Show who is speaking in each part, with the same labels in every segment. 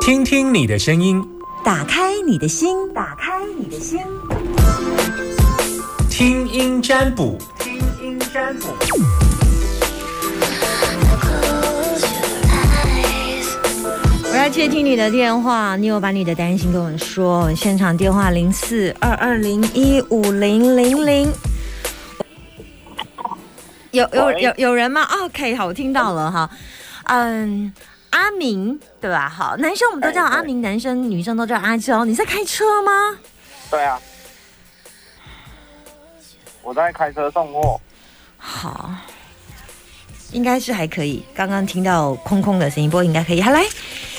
Speaker 1: 听听你的声音，
Speaker 2: 打开你的心，
Speaker 3: 打开你的心，
Speaker 1: 听音占卜，
Speaker 3: 听音占卜。
Speaker 2: 我要接听你的电话，你有把你的担心跟我说。我们现场电话零四二二零一五零零零。有有
Speaker 3: 喂
Speaker 2: 有有人吗哦？OK，好，我听到了哈。嗯，阿明对吧？好，男生我们都叫
Speaker 3: 哎对
Speaker 2: 阿明，男生女生都叫阿娇。你在开车吗？
Speaker 3: 对啊，我在开车送货。
Speaker 2: 好，应该是还可以。刚刚听到空空的声音，不过应该可以。好，来，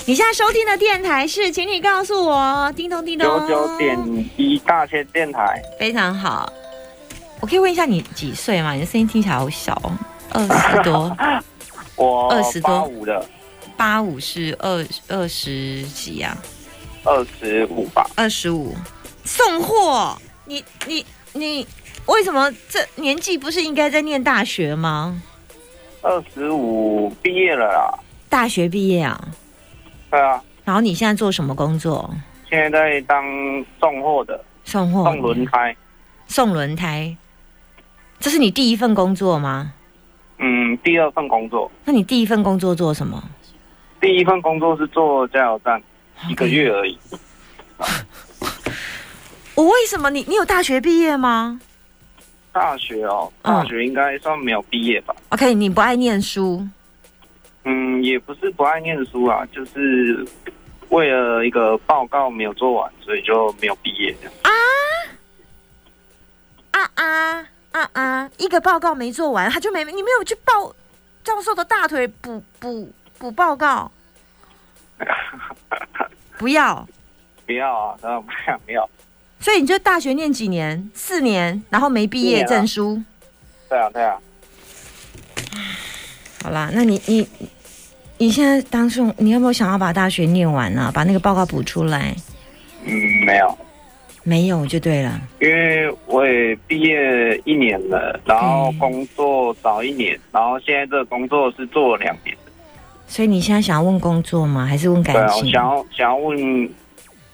Speaker 2: 你现在收听的电台是，请你告诉我，叮咚叮
Speaker 3: 九
Speaker 2: 咚，
Speaker 3: 九点一大千电台，
Speaker 2: 非常好。我可以问一下你几岁吗？你的声音听起来好小哦，二十多，
Speaker 3: 我
Speaker 2: 20多
Speaker 3: 八五的，
Speaker 2: 八五是二二十几啊，
Speaker 3: 二十五吧。
Speaker 2: 二十五。送货，你你你，为什么这年纪不是应该在念大学吗？
Speaker 3: 二十五毕业了啦。
Speaker 2: 大学毕业啊，
Speaker 3: 对啊，
Speaker 2: 然后你现在做什么工作？
Speaker 3: 现在在当送货的，
Speaker 2: 送货，
Speaker 3: 送轮胎。
Speaker 2: 送轮胎，这是你第一份工作吗？
Speaker 3: 嗯，第二份工作，
Speaker 2: 那你第一份工作做什么？
Speaker 3: 第一份工作是做加油站，一个月而已。
Speaker 2: 我为什么你你有大学毕业吗
Speaker 3: 大学哦，
Speaker 2: 嗯
Speaker 3: 大学应该算没有毕业吧？
Speaker 2: ？OK，你不爱念书，
Speaker 3: 嗯，也不是不爱念书啊，就是为了一个报告没有做完，所以就没有毕业这样。
Speaker 2: 啊啊啊啊！一个报告没做完，他就没你没有去抱教授的大腿补补补报 告，不要。
Speaker 3: 不要啊，当然不想要。
Speaker 2: 所以你就大学念几年？四年，然后没毕
Speaker 3: 四
Speaker 2: 业
Speaker 3: 年啊
Speaker 2: 证书。
Speaker 3: 对啊，对啊，
Speaker 2: 好啦，那你你你现在当中，你有没有想要把大学念完呢、把那个报告补出来？
Speaker 3: 嗯，没有，
Speaker 2: 没有就对了。
Speaker 3: 因为我也毕业一年了，然后
Speaker 2: 嗯
Speaker 3: 工作早一年，然后现在这个工作是做了两年。
Speaker 2: 所以你现在想要问工作吗？还是问感
Speaker 3: 对啊，我
Speaker 2: 情？
Speaker 3: 想要想要问，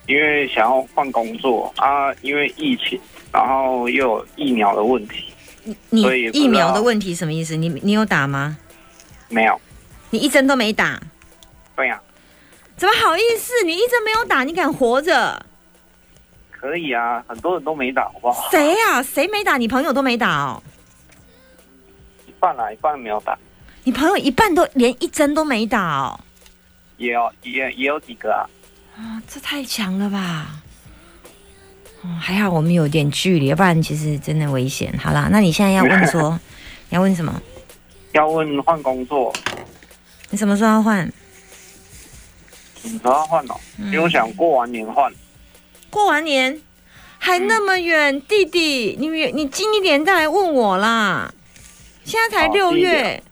Speaker 3: 因为想要换工作啊，因为疫情，然后又有疫苗的问题，
Speaker 2: 你
Speaker 3: 所以啊不知道
Speaker 2: 疫苗的问题什么意思？你你有打吗？
Speaker 3: 没有。
Speaker 2: 你一针都没打，
Speaker 3: 对啊呀、
Speaker 2: 怎么好意思？你一针没有打，你敢活着？
Speaker 3: 可以啊，很多人都没打，好不好？
Speaker 2: 谁呀、谁没打？你朋友都没打哦。
Speaker 3: 一半啊，一半没有打，
Speaker 2: 你朋友一半都连一针都没打哦，
Speaker 3: 也有也也有几个啊。
Speaker 2: 啊，这太强了吧！哦，还好我们有点距离，要不然其实真的危险。好啦，那你现在要问说， 你要问什么？
Speaker 3: 要问换工作，
Speaker 2: 你什么时候要换？
Speaker 3: 你都要换哦，因为我想过完年换。
Speaker 2: 过完年还那么远，弟弟，你你近一点再来问我啦。现在才
Speaker 3: 好
Speaker 2: 六
Speaker 3: 近一
Speaker 2: 月
Speaker 3: 点，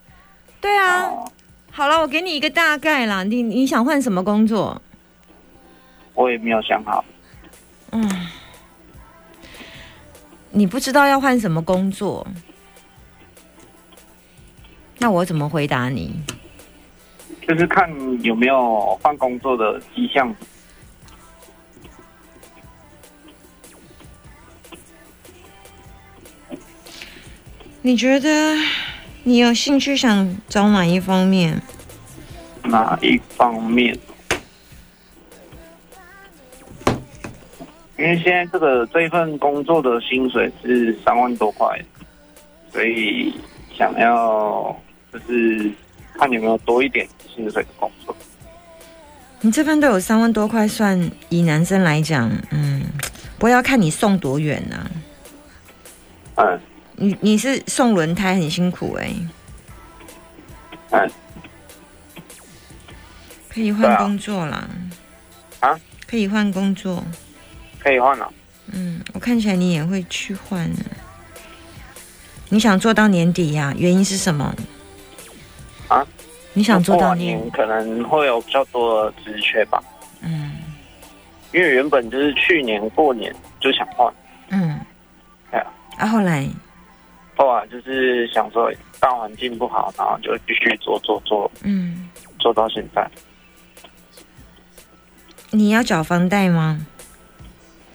Speaker 2: 对啊。
Speaker 3: 哦
Speaker 2: 好了，我给你一个大概啦。你你想换什么工作？
Speaker 3: 我也没有想好，
Speaker 2: 你不知道要换什么工作，那我怎么回答你？
Speaker 3: 就是看有没有换工作的迹象。
Speaker 2: 你觉得你有兴趣想找哪一方面？
Speaker 3: 哪一方面？因为现在这个这一份工作的薪水是三万多块，所以想要就是看有没有多一点薪水的工作。
Speaker 2: 你这份都有三万多块，算以男生来讲，嗯，不过要看你送多远呐、
Speaker 3: 嗯
Speaker 2: 你你是送轮胎很辛苦哎、
Speaker 3: 嗯，
Speaker 2: 可以
Speaker 3: 对
Speaker 2: 换
Speaker 3: 啊
Speaker 2: 工作啦。
Speaker 3: 啊？
Speaker 2: 可以换工作。
Speaker 3: 可以换了、哦
Speaker 2: 嗯，我看起来你也会去换呢。你想做到年底呀、原因是什么？
Speaker 3: 啊？
Speaker 2: 你想做
Speaker 3: 过
Speaker 2: 到
Speaker 3: 完
Speaker 2: 年
Speaker 3: 年可能会有比较多的职缺吧，
Speaker 2: 嗯
Speaker 3: 因为原本就是去年过年就想换，
Speaker 2: 嗯
Speaker 3: 对啊。
Speaker 2: 啊，后来
Speaker 3: 后来就是想说哎大环境不好，然后就继续做做做
Speaker 2: 嗯，
Speaker 3: 做到现在。
Speaker 2: 你要缴房贷吗？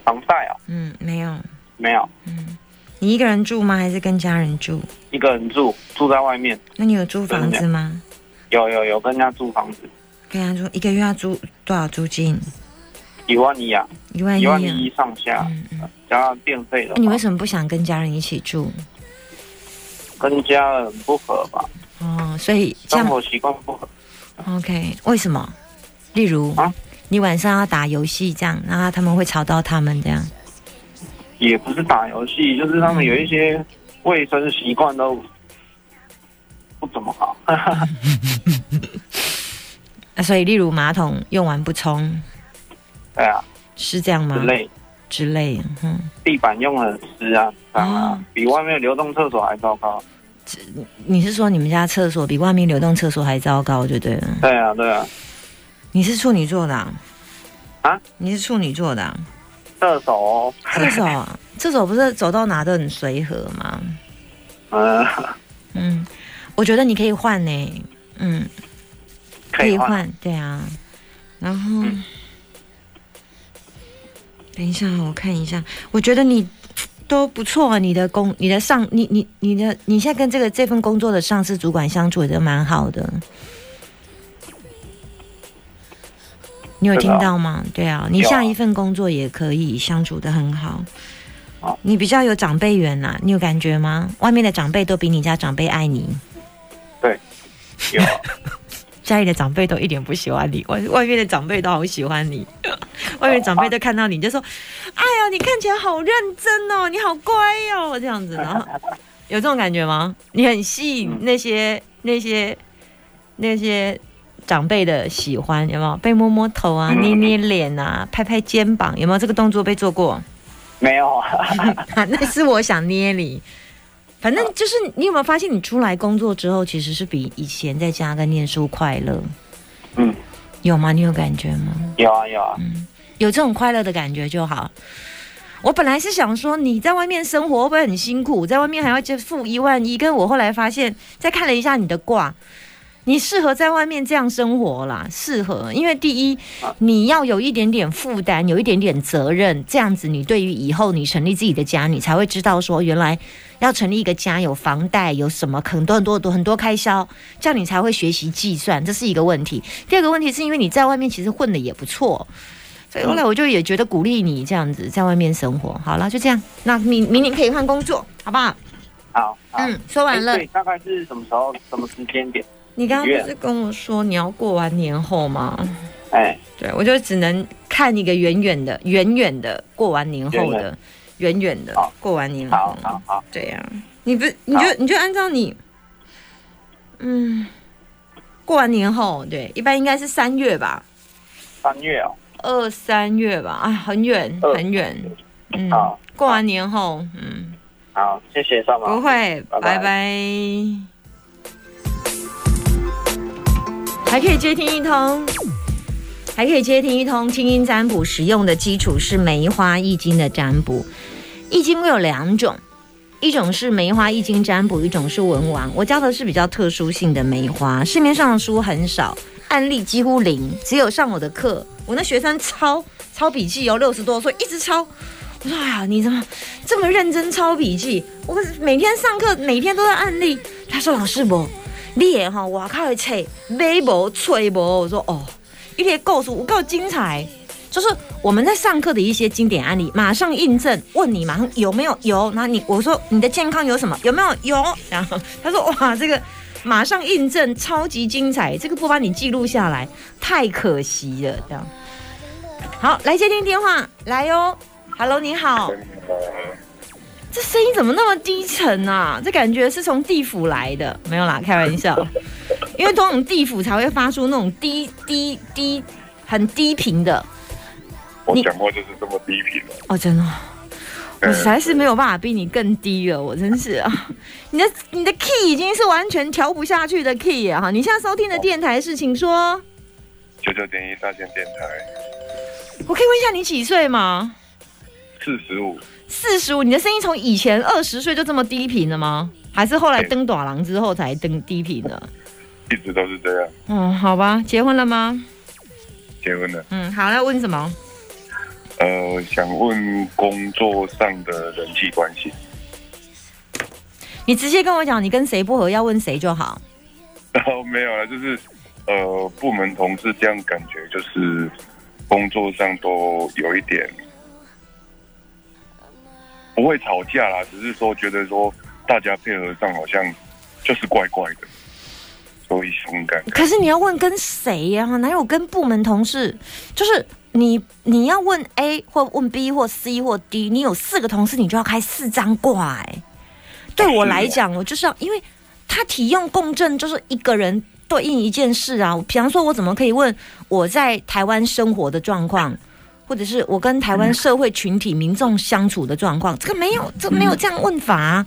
Speaker 3: 房贷哦，
Speaker 2: 嗯，没有。
Speaker 3: 没有，
Speaker 2: 你一个人住吗？还是跟家人住？
Speaker 3: 一个人住，住在外面，
Speaker 2: 那你有租房子吗？
Speaker 3: 有有有跟人家租房子，
Speaker 2: 跟人家租一个月要租多少租金？
Speaker 3: 一万一啊，
Speaker 2: 一万一
Speaker 3: 一
Speaker 2: 啊嗯
Speaker 3: 万。一上下，加上电费的话，
Speaker 2: 你为什么不想跟家人一起住？
Speaker 3: 跟家人不合吧？
Speaker 2: 哦，所以这
Speaker 3: 生
Speaker 2: 样
Speaker 3: 活习惯不合，
Speaker 2: OK？为什么？例如，
Speaker 3: 啊
Speaker 2: 你晚上要打游戏这样，然后他们会吵到他们这样。
Speaker 3: 也不是打游戏，就是他们有一些卫生习惯都不怎么好。
Speaker 2: 啊，所以例如马桶用完不冲，
Speaker 3: 对啊，
Speaker 2: 是这样
Speaker 3: 之
Speaker 2: 吗？
Speaker 3: 类，
Speaker 2: 之类的，嗯，
Speaker 3: 地板用得很湿啊，脏啊，
Speaker 2: 哦
Speaker 3: 比外面的流动厕所还糟糕。
Speaker 2: 你是说你们家厕所比外面流动厕所还糟糕，就对了。
Speaker 3: 对啊，对啊，
Speaker 2: 你是处女座的啊？
Speaker 3: 啊
Speaker 2: 你是处女座的、啊，
Speaker 3: 厕所哦，
Speaker 2: 这首 啊这首不是走到哪都很随和吗？
Speaker 3: 嗯，
Speaker 2: 嗯，我觉得你可以换呢、嗯，
Speaker 3: 可以换。
Speaker 2: 换，对啊。然后，
Speaker 3: 嗯
Speaker 2: 等一下，我看一下，我觉得你都不错啊，你的工，你的上，你你你的，你现在跟这个这份工作的上司主管相处的蛮好的。你有
Speaker 3: 是
Speaker 2: 听
Speaker 3: 的啊
Speaker 2: 到吗？对啊，你
Speaker 3: 有啊
Speaker 2: 下一份工作也可以相处的很好
Speaker 3: 好。
Speaker 2: 你比较有长辈缘呐、你有感觉吗？外面的长辈都比你家长辈爱你。
Speaker 3: 有啊，
Speaker 2: 家里的长辈都一点不喜欢你，外外面的长辈都好喜欢 你，外面的长辈都看到你就说：“哎呀，你看起来好认真哦，你好乖哦，这样子。”然后有这种感觉吗？你很吸引
Speaker 3: 嗯
Speaker 2: 那些、那些那些长辈的喜欢，有没有？被摸摸头啊，
Speaker 3: 嗯
Speaker 2: 捏捏脸啊，拍拍肩膀，有没有这个动作被做过？
Speaker 3: 没有啊，
Speaker 2: 啊， 那是我想捏你。反正就是你有没有发现，你出来工作之后，其实是比以前在家跟念书快乐。
Speaker 3: 嗯，
Speaker 2: 有吗？你有感觉吗？
Speaker 3: 有啊，有啊，
Speaker 2: 有这种快乐的感觉就好。我本来是想说，你在外面生活会不会很辛苦？在外面还要就付一万一，跟我后来发现，再看了一下你的卦，你适合在外面这样生活啦，适合，因为第一，你要有一点点负担，有一点点责任，这样子你对于以后你成立自己的家，你才会知道说，原来要成立一个家有房贷，有什么很多很多很多很多开销，这样你才会学习计算，这是一个问题。第二个问题是因为你在外面其实混的也不错，所以后
Speaker 3: 嗯
Speaker 2: 来我就也觉得鼓励你这样子在外面生活。好了，就这样，那明明年可以换工作，好不好？
Speaker 3: 好，好。
Speaker 2: 嗯，说完了
Speaker 3: 哎。对，大概是什么时候、什么时间点？
Speaker 2: 你刚刚不是跟我说你要过完年后吗？
Speaker 3: 哎，
Speaker 2: 对，我就只能看一个远远的、远远的过完年后的、远远的
Speaker 3: 好
Speaker 2: 过完年
Speaker 3: 好
Speaker 2: 后。
Speaker 3: 好好，
Speaker 2: 对呀、你不，你就你就按照你，嗯，过完年后，对，一般应该是三月吧，
Speaker 3: 三月哦，
Speaker 2: 二三月吧，哎，很远
Speaker 3: 二
Speaker 2: 很远，嗯
Speaker 3: 好，
Speaker 2: 过完年后，嗯，
Speaker 3: 好，谢谢上马。
Speaker 2: 不会，
Speaker 3: 拜
Speaker 2: 拜
Speaker 3: 拜
Speaker 2: 拜。还可以接听一通，还可以接听一通听音占卜。使用的基础是梅花易经的占卜，易经会有两种，一种是梅花易经占卜，一种是文王。我教的是比较特殊性的梅花，市面上的书很少，案例几乎零，只有上我的课，我那学生抄抄笔记哦，六十多岁一直抄。我说：“哎呀，你怎么这么认真抄笔记？我每天上课，每天都在案例。”他说：“老师不，你也哈，我靠的册买无吹无。”我说：“哦，一列故事我够精彩。”就是我们在上课的一些经典案例，马上印证，问你马上有没有有，然后你我说嗯你的健康有什么有没有有，然后他说哇这个马上印证，超级精彩，这个不把你记录下来太可惜了，这样。好，来接听电话，来哟、Hello，你好。这声音怎么那么低沉啊？这感觉是从地府来的，没有啦，开玩笑。因为通常地府才会发出那种低低低、很低频的
Speaker 4: 我
Speaker 2: 你
Speaker 4: 讲话就是这么低频的。
Speaker 2: 哦，真的哦，我
Speaker 4: 嗯
Speaker 2: 实在是没有办法比你更低了，我真是 啊，你的你的 key 已经是完全调不下去的 key 啊！哈，你现在收听的电台是，请说，
Speaker 4: 九九点一大千电台
Speaker 2: 我可以问一下你几岁吗？
Speaker 4: 四十五，
Speaker 2: 四十五，你的声音从以前二十岁就这么低频了吗？还是后来
Speaker 4: 对
Speaker 2: 登短廊之后才登低频的？哦
Speaker 4: 一直都是这样。
Speaker 2: 嗯，好吧，结婚了吗？
Speaker 4: 结婚了。
Speaker 2: 嗯，好，那问什么？
Speaker 4: 呃，想问工作上的人际关系。
Speaker 2: 你直接跟我讲，你跟谁不合，要问谁就好。
Speaker 4: 然后哦没有了，就是呃，部门同事这样感觉就是工作上都有一点不会吵架啦，只是说觉得说大家配合上好像就是怪怪的，所以很尴尬。
Speaker 2: 可是你要问跟谁呀、哪有跟部门同事？就是你你要问 A 或问 B 或 C 或 D，你有四个同事，你就要开四张卦、哎，对我来讲，我就是要，因为他提用共振就是一个人对应一件事啊。比方说，我怎么可以问我在台湾生活的状况，或者是我跟台湾社会群体民众相处的状况？这个没有，这没有这样问法、啊。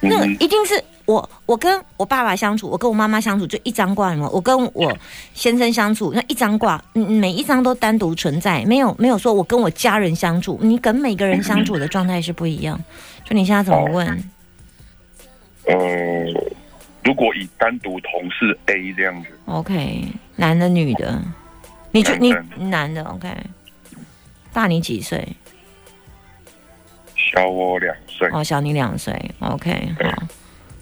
Speaker 2: 那个
Speaker 4: 嗯
Speaker 2: 一定是我，我跟我爸爸相处，我跟我妈妈相处就一张卦嘛，我跟我先生相处那一张卦，嗯每一张都单独存在，没有没有说我跟我家人相处，你跟每个人相处的状态是不一样。所以你现在怎么问？
Speaker 4: 呃，如果以单独同事 A 这样子，
Speaker 2: OK，男的女的，你觉你
Speaker 4: 哦男
Speaker 2: 男的 OK，大你几岁？
Speaker 4: 小我两岁，
Speaker 2: 哦，小你两岁，OK，
Speaker 4: 对
Speaker 2: 好。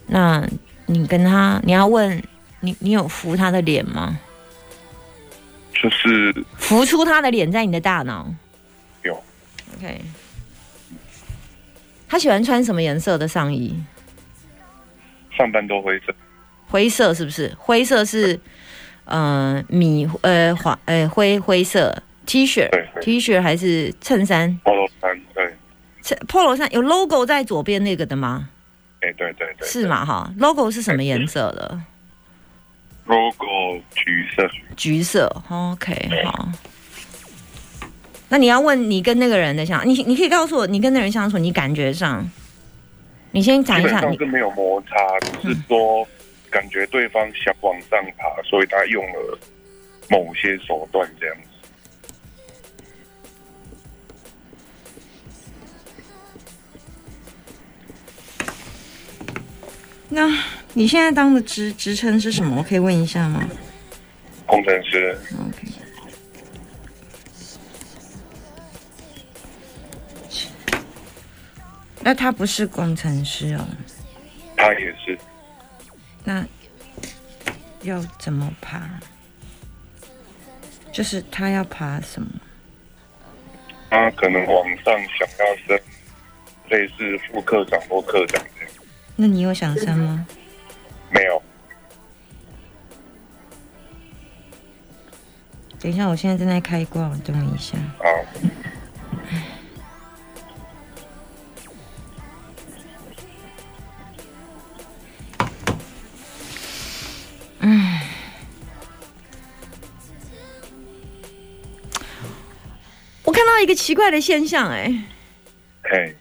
Speaker 2: 那你跟他，你要问你，你有扶他的脸吗？
Speaker 4: 就是
Speaker 2: 浮出他的脸在你的大脑
Speaker 4: 有
Speaker 2: OK。他喜欢穿什么颜色的上衣？
Speaker 4: 上班都会这
Speaker 2: 灰色是不是？灰色是，嗯、米呃黄呃灰灰色 T 恤
Speaker 4: 对对
Speaker 2: ，T 恤还是衬衫？
Speaker 4: polo 衫，对，
Speaker 2: 衬 polo 衫有 logo 在左边那个的吗？
Speaker 4: 哎、对对对，
Speaker 2: 是嘛哈？logo 是什么颜色的？
Speaker 4: ？logo 橘色，
Speaker 2: 橘色。OK，好。那你要问你跟那个人的相，你你可以告诉我你跟那人相处，你感觉上，你先讲
Speaker 4: 基
Speaker 2: 一
Speaker 4: 本
Speaker 2: 下
Speaker 4: 上
Speaker 2: 你
Speaker 4: 是没有摩擦，只是说感觉对方想往上爬，所以他用了某些手段这样子。
Speaker 2: 那你现在当的职职称是什么？我可以问一下吗
Speaker 4: 工程师
Speaker 2: ？OK。那他不是工程师哦，
Speaker 4: 他也是，
Speaker 2: 那要怎么爬？就是他要爬什么？
Speaker 4: 他可能往上想要升，类似副科长或科长这样。
Speaker 2: 那你有想升吗？
Speaker 4: 没有，
Speaker 2: 等一下，我现在正在开挂，等我一下。
Speaker 4: 啊，
Speaker 2: 我看到一个奇怪的现象、哎，
Speaker 4: 嘿，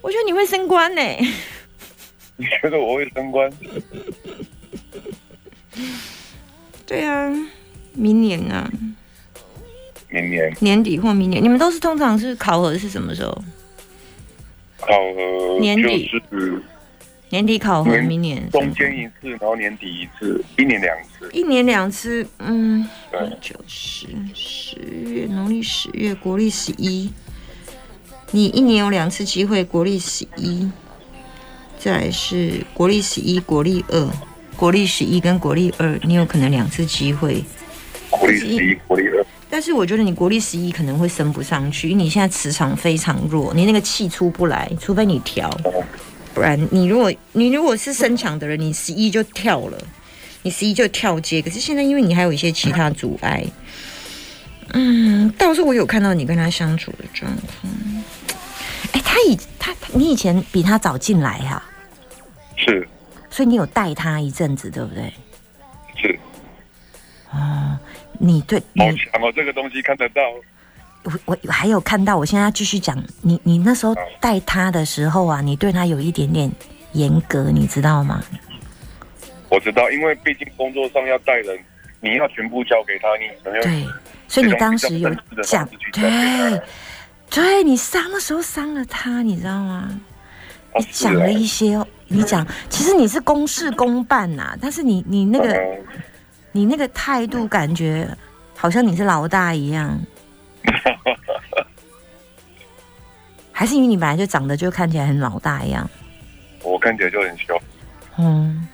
Speaker 2: 我觉得你会升官呢、哎
Speaker 4: 你觉得我会升官？
Speaker 2: 对啊，明年啊，
Speaker 4: 明年
Speaker 2: 年底或明年，你们都是通常是考核是什么时候？
Speaker 4: 考核
Speaker 2: 年
Speaker 4: 就
Speaker 2: 底
Speaker 4: 是
Speaker 2: 年底考核，
Speaker 4: 年
Speaker 2: 明年
Speaker 4: 中间一次，然后年底一次，一年两次。
Speaker 2: 一年两次，嗯，
Speaker 4: 对
Speaker 2: 九十十月农历十月，国历十一。你一年有两次机会，国历十一，再来是国历十一、国历二、国历十一跟国历二，你有可能两次机会。
Speaker 4: 国力十一，国力二，
Speaker 2: 但是我觉得你国力十一可能会升不上去，因为你现在磁场非常弱，你那个气出不来，除非你调，
Speaker 4: 嗯
Speaker 2: 不然你如果你如果是身强的人，你十一就跳了，你十一就跳阶。可是现在因为你还有一些其他阻碍，嗯，倒是我有看到你跟他相处的状况。哎，他以他他你以前比他早进来哈、
Speaker 4: 是
Speaker 2: 所以你有带他一阵子，对不对？
Speaker 4: 是，
Speaker 2: 你对你
Speaker 4: 好强哦！这个东西看得到，
Speaker 2: 我我我还有看到，我现在要继续讲，你你那时候带他的时候啊，你对他有一点点严格，你知道吗？
Speaker 4: 我知道，因为毕竟工作上要带人，你要全部交给他，你可能
Speaker 2: 对，所以你当时有讲，对，对你伤那时候伤了他，你知道吗？
Speaker 4: 哦
Speaker 2: 你讲了一些，你讲，其实你是公事公办呐、但是你你那
Speaker 4: 是啊
Speaker 2: 个
Speaker 4: 嗯
Speaker 2: 你那个态度感觉好像你是老大一 样。还是因为你本来就长得就看起来很老大一样，
Speaker 4: 我看起来就很凶，
Speaker 2: 嗯，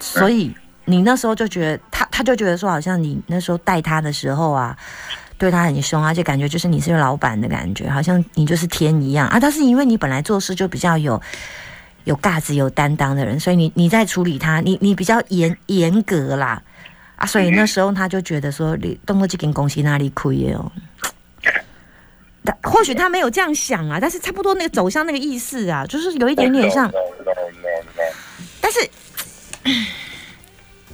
Speaker 2: 所以你那时候就觉得他，他就觉得说，好像你那时候带他的时候啊，对他很凶，而且感觉就是你是老板的感觉，好像你就是天一样啊。但是因为你本来做事就比较有有架子、有担当的人，所以你你在处理他，你你比较严严格啦啊，所以那时候他就觉得说，你动过这间公司哪里亏耶哦。但或许他没有这样想啊，但是差不多那个走向那个意思啊，就是有一点点像啊
Speaker 4: 我知，道，嗯我知道，我知道，我知道。
Speaker 2: 但是，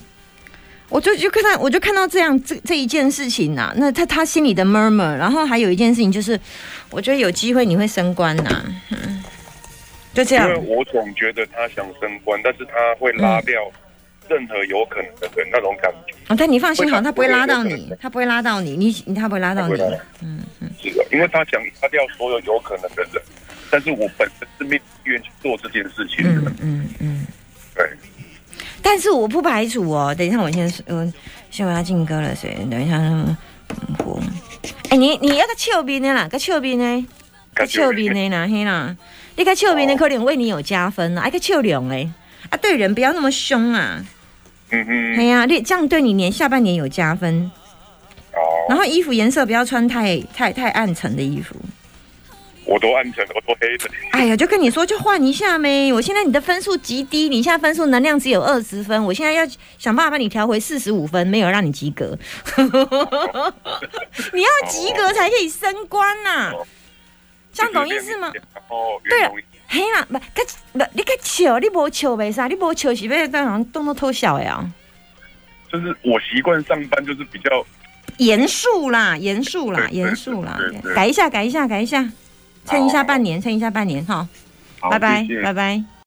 Speaker 2: 我就就看到，我就看到这样这这一件事情呐、那他他心里的 murmur，然后还有一件事情就是，我觉得有机会你会升官呐、嗯，就这样
Speaker 4: 因为，我总觉得他想升官，但是他会拉
Speaker 2: 嗯
Speaker 4: 掉任何有可能的人那种感觉，
Speaker 2: 哦但你放心好，他不会拉到你，他不会拉到你，你你他不会拉到你
Speaker 4: 他不会拉，是的，因为他想拉掉所有有可能的人，但是我本身是没有意愿去做这件事情的，
Speaker 2: 嗯嗯嗯。
Speaker 4: 对，
Speaker 2: 但是我不排除哦，等一下我先我先我要进歌了，所以等一下嗯我，哎、你你要个笑边的啦，个笑边的。较笑面的啦，嘿啦，你较笑面的可能为你有加分啦，啊，较笑脸嘞，啊，对人不要那么凶啊，
Speaker 4: 嗯
Speaker 2: 哎
Speaker 4: 哼，
Speaker 2: 呀、你这样对你年下半年有加分。
Speaker 4: 好，
Speaker 2: 然后衣服颜色不要穿太太太暗沉的衣服。
Speaker 4: 我都暗沉，我都黑的，
Speaker 2: 哎呀，就跟你说，就换一下呗。我现在你的分数极低，你现在分数能量只有二十分，我现在要想办法把你调回四十五分，没有让你及格。 你要及格才可以升官呐、这样懂意思吗？
Speaker 4: 哦，
Speaker 2: 对啊
Speaker 4: 圆融一点
Speaker 2: 嘿啦，不，较不，你较笑，你无笑袂使，你无笑是要当人当做偷笑的啊。
Speaker 4: 就是我习惯上班就是比较
Speaker 2: 严肃啦，严肃啦，
Speaker 4: 对对
Speaker 2: 严肃啦
Speaker 4: 对对，对
Speaker 2: 改一下，改一下，改一下，撑一下半年，撑一下半年哈。
Speaker 4: 好
Speaker 2: 拜拜
Speaker 4: 谢谢，
Speaker 2: 拜拜。